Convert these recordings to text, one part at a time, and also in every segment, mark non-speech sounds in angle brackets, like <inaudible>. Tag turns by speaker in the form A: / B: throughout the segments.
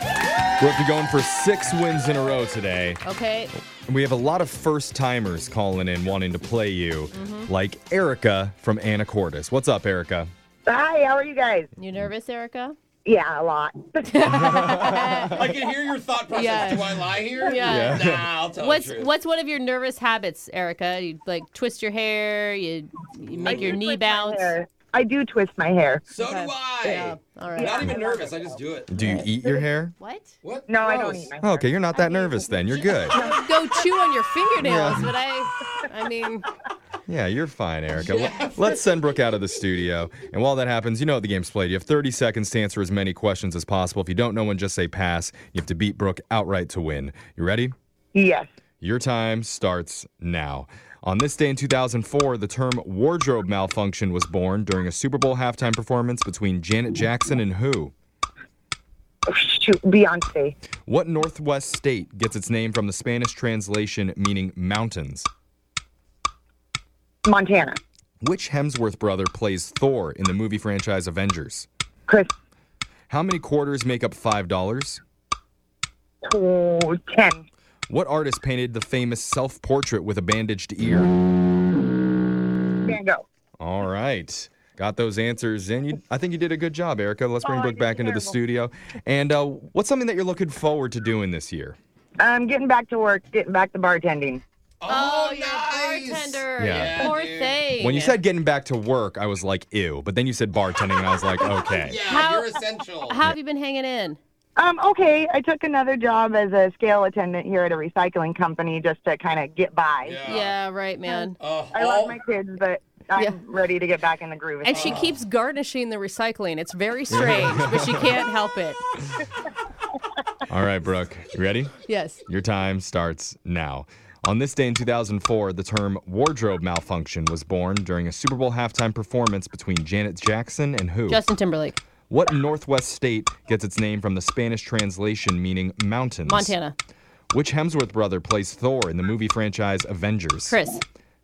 A: We're up to going for six wins in a row today.
B: Okay.
A: And we have a lot of first timers calling in wanting to play you,
C: Mm-hmm.
A: like Erica from Anacortes. What's up, Erica?
C: Hi, how are you guys?
B: You nervous, Erica?
C: Yeah, a lot.
D: I can hear your thought process.
B: Yeah.
D: Do I lie here?
B: Yeah.
A: Yeah.
D: Nah, I'll tell
B: What's
D: the truth.
B: what's one of your nervous habits, Erica? You like twist your hair, you, you
C: I
B: make your
C: do
B: knee
C: twist my
B: bounce. Oh,
C: hair. I do twist my hair.
D: So do I.
B: Yeah. All right.
D: Not even nervous. I just do it.
A: Do you eat your
C: <laughs>
A: hair?
B: What?
D: What?
C: No, I don't
D: Gross.
C: eat my hair.
A: Okay, you're not that nervous then. You're
C: <laughs>
A: good.
B: Go chew on your fingernails, but I I mean
A: Yeah, you're fine, Erica. Well, Let's send Brooke out of the studio. And while that happens, you know how the game's played. You have 30 seconds to answer as many questions as possible. If you don't know one, just say pass. You have to beat Brooke outright to win. You ready?
C: Yes.
A: Your time starts now. On this day in 2004, the term wardrobe malfunction was born during a Super Bowl halftime performance between Janet Jackson and who?
C: Oh, shoot, Beyonce.
A: What Northwest state gets its name from the Spanish translation meaning mountains?
C: Montana.
A: Which Hemsworth brother plays Thor in the movie franchise Avengers?
C: Chris.
A: How many quarters make up $5?
C: Oh, 10.
A: What artist painted the famous self portrait with a bandaged ear?
C: Van Gogh.
A: All right. Got those answers in. You, I think you did a good job, Erica. Let's bring
C: Oh, I
A: Brooke
C: did
A: back into the
C: terrible.
A: studio. And uh, what's something that you're looking forward to doing this year?
C: I'm getting back to work, getting back to bartending.
B: Oh,
D: Oh,
B: you're
D: nice.
B: a bartender.
A: Yeah.
D: Yeah,
B: Poor
D: dude.
B: thing.
A: When you said getting back to work, I was like, ew. But then you said bartending, and I was like, okay.
D: Yeah,
B: How-
D: you're essential.
B: How have you been hanging in?
C: Um, okay, I took another job as a scale attendant here at a recycling company just to kind of get by.
D: Yeah.
B: Yeah, right, man.
D: Oh,
C: I
D: all-
C: love my kids, but I'm
B: Yeah.
C: ready to get back in the groove.
B: And she keeps garnishing the recycling. It's very strange, but she can't help it.
A: All right, Brooke. You ready?
B: Yes.
A: Your time starts now. On this day in 2004, the term wardrobe malfunction was born during a Super Bowl halftime performance between Janet Jackson and who?
B: Justin Timberlake,
A: What Northwest state gets its name from the Spanish translation meaning mountains?
B: Montana,
A: Which Hemsworth brother plays Thor in the movie franchise Avengers?
B: Chris,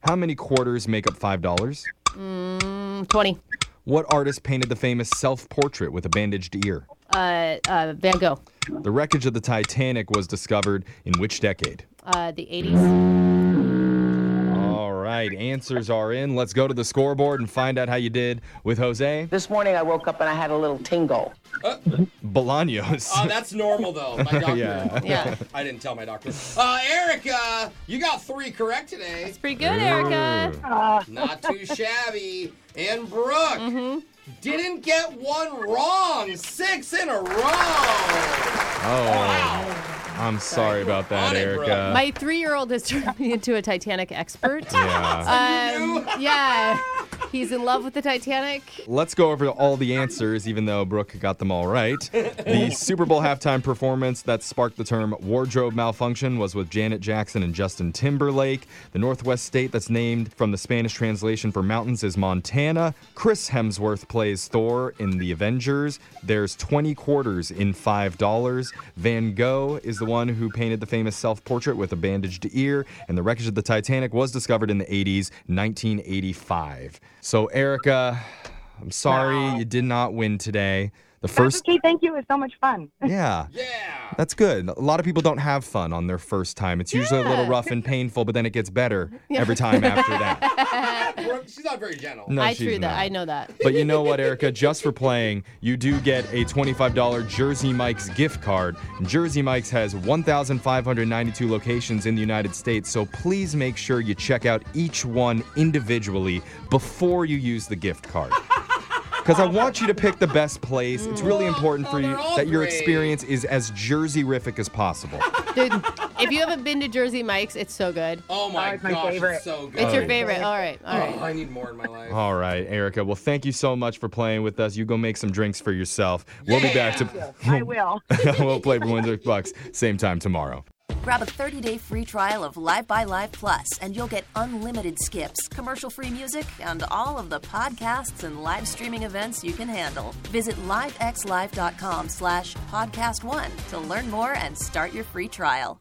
A: How many quarters make up $5?
B: mm, 20,
A: What artist painted the famous self portrait with a bandaged ear?
B: uh, uh, Van Gogh,
A: The wreckage of the Titanic was discovered in which decade?
B: uh, the 80s.
A: All right, answers are in. Let's go to the scoreboard and find out how you did with Jose
E: This morning I woke up and I had a little tingle.
A: Bolaños.
D: Oh, that's normal though.
A: <laughs>
D: My doctor.
A: Yeah.
B: Yeah.
D: I didn't tell my doctor. Uh, Erica, you got three correct today.
B: Pretty good, Erica.
D: Not
B: <laughs>
D: too shabby. And Brooke
B: Mm-hmm.
D: didn't get one wrong. Six in a row.
A: <laughs> oh, I'm sorry about that,
D: On it, bro.
A: Erica.
B: My three year old has turned me into a Titanic expert.
A: yeah.
B: Um, yeah. He's in love with the Titanic.
A: Let's go over all the answers, even though Brooke got them all right. The Super Bowl halftime performance that sparked the term wardrobe malfunction was with Janet Jackson and Justin Timberlake. The Northwest state that's named from the Spanish translation for mountains is Montana. Chris Hemsworth plays Thor in The Avengers. There's 20 quarters in $5. Van Gogh is the one who painted the famous self portrait with a bandaged ear, and the wreckage of the Titanic was discovered in the 80s, 1985. So, Erica. I'm sorry you did not win today. The first,
C: Okay, thank you. It was so much fun.
A: yeah,
D: Yeah.
A: that's good. A lot of people don't have fun on their first time. It's usually a little rough and painful, but then it gets
B: <laughs>
A: better every time after that.
D: Brooke, she's not very gentle.
A: No,
B: I
A: Oh, she's
B: threw that.
A: not.
B: I know that.
A: But you know what, Erica? Just for playing, you do get a $25 Jersey Mike's gift card. Jersey Mike's has 1,592 locations in the United States, so please make sure you check out each one individually before you use the gift card. Because I want you to pick the best place. It's really important for you
D: they're all
A: that your
D: great.
A: experience is as Jersey rific as possible.
B: Dude, if you haven't been to Jersey Mike's, it's so good.
D: Oh my
C: it's my
D: gosh,
C: favorite.
D: it's so good.
A: Oh,
B: It's your favorite. All right. All
D: Oh,
B: right.
D: I need more in my life.
A: All right, Erica. Well, thank you so much for playing with us. You go make some drinks for yourself. We'll be back to.
C: I will.
A: <laughs> we'll play for Windsor Bucks same time tomorrow.
F: Grab a 30-day free trial of Live by Live Plus, and you'll get unlimited skips, commercial-free music, and all of the podcasts and live streaming events you can handle. Visit livexlive.com slash podcast one to learn more and start your free trial.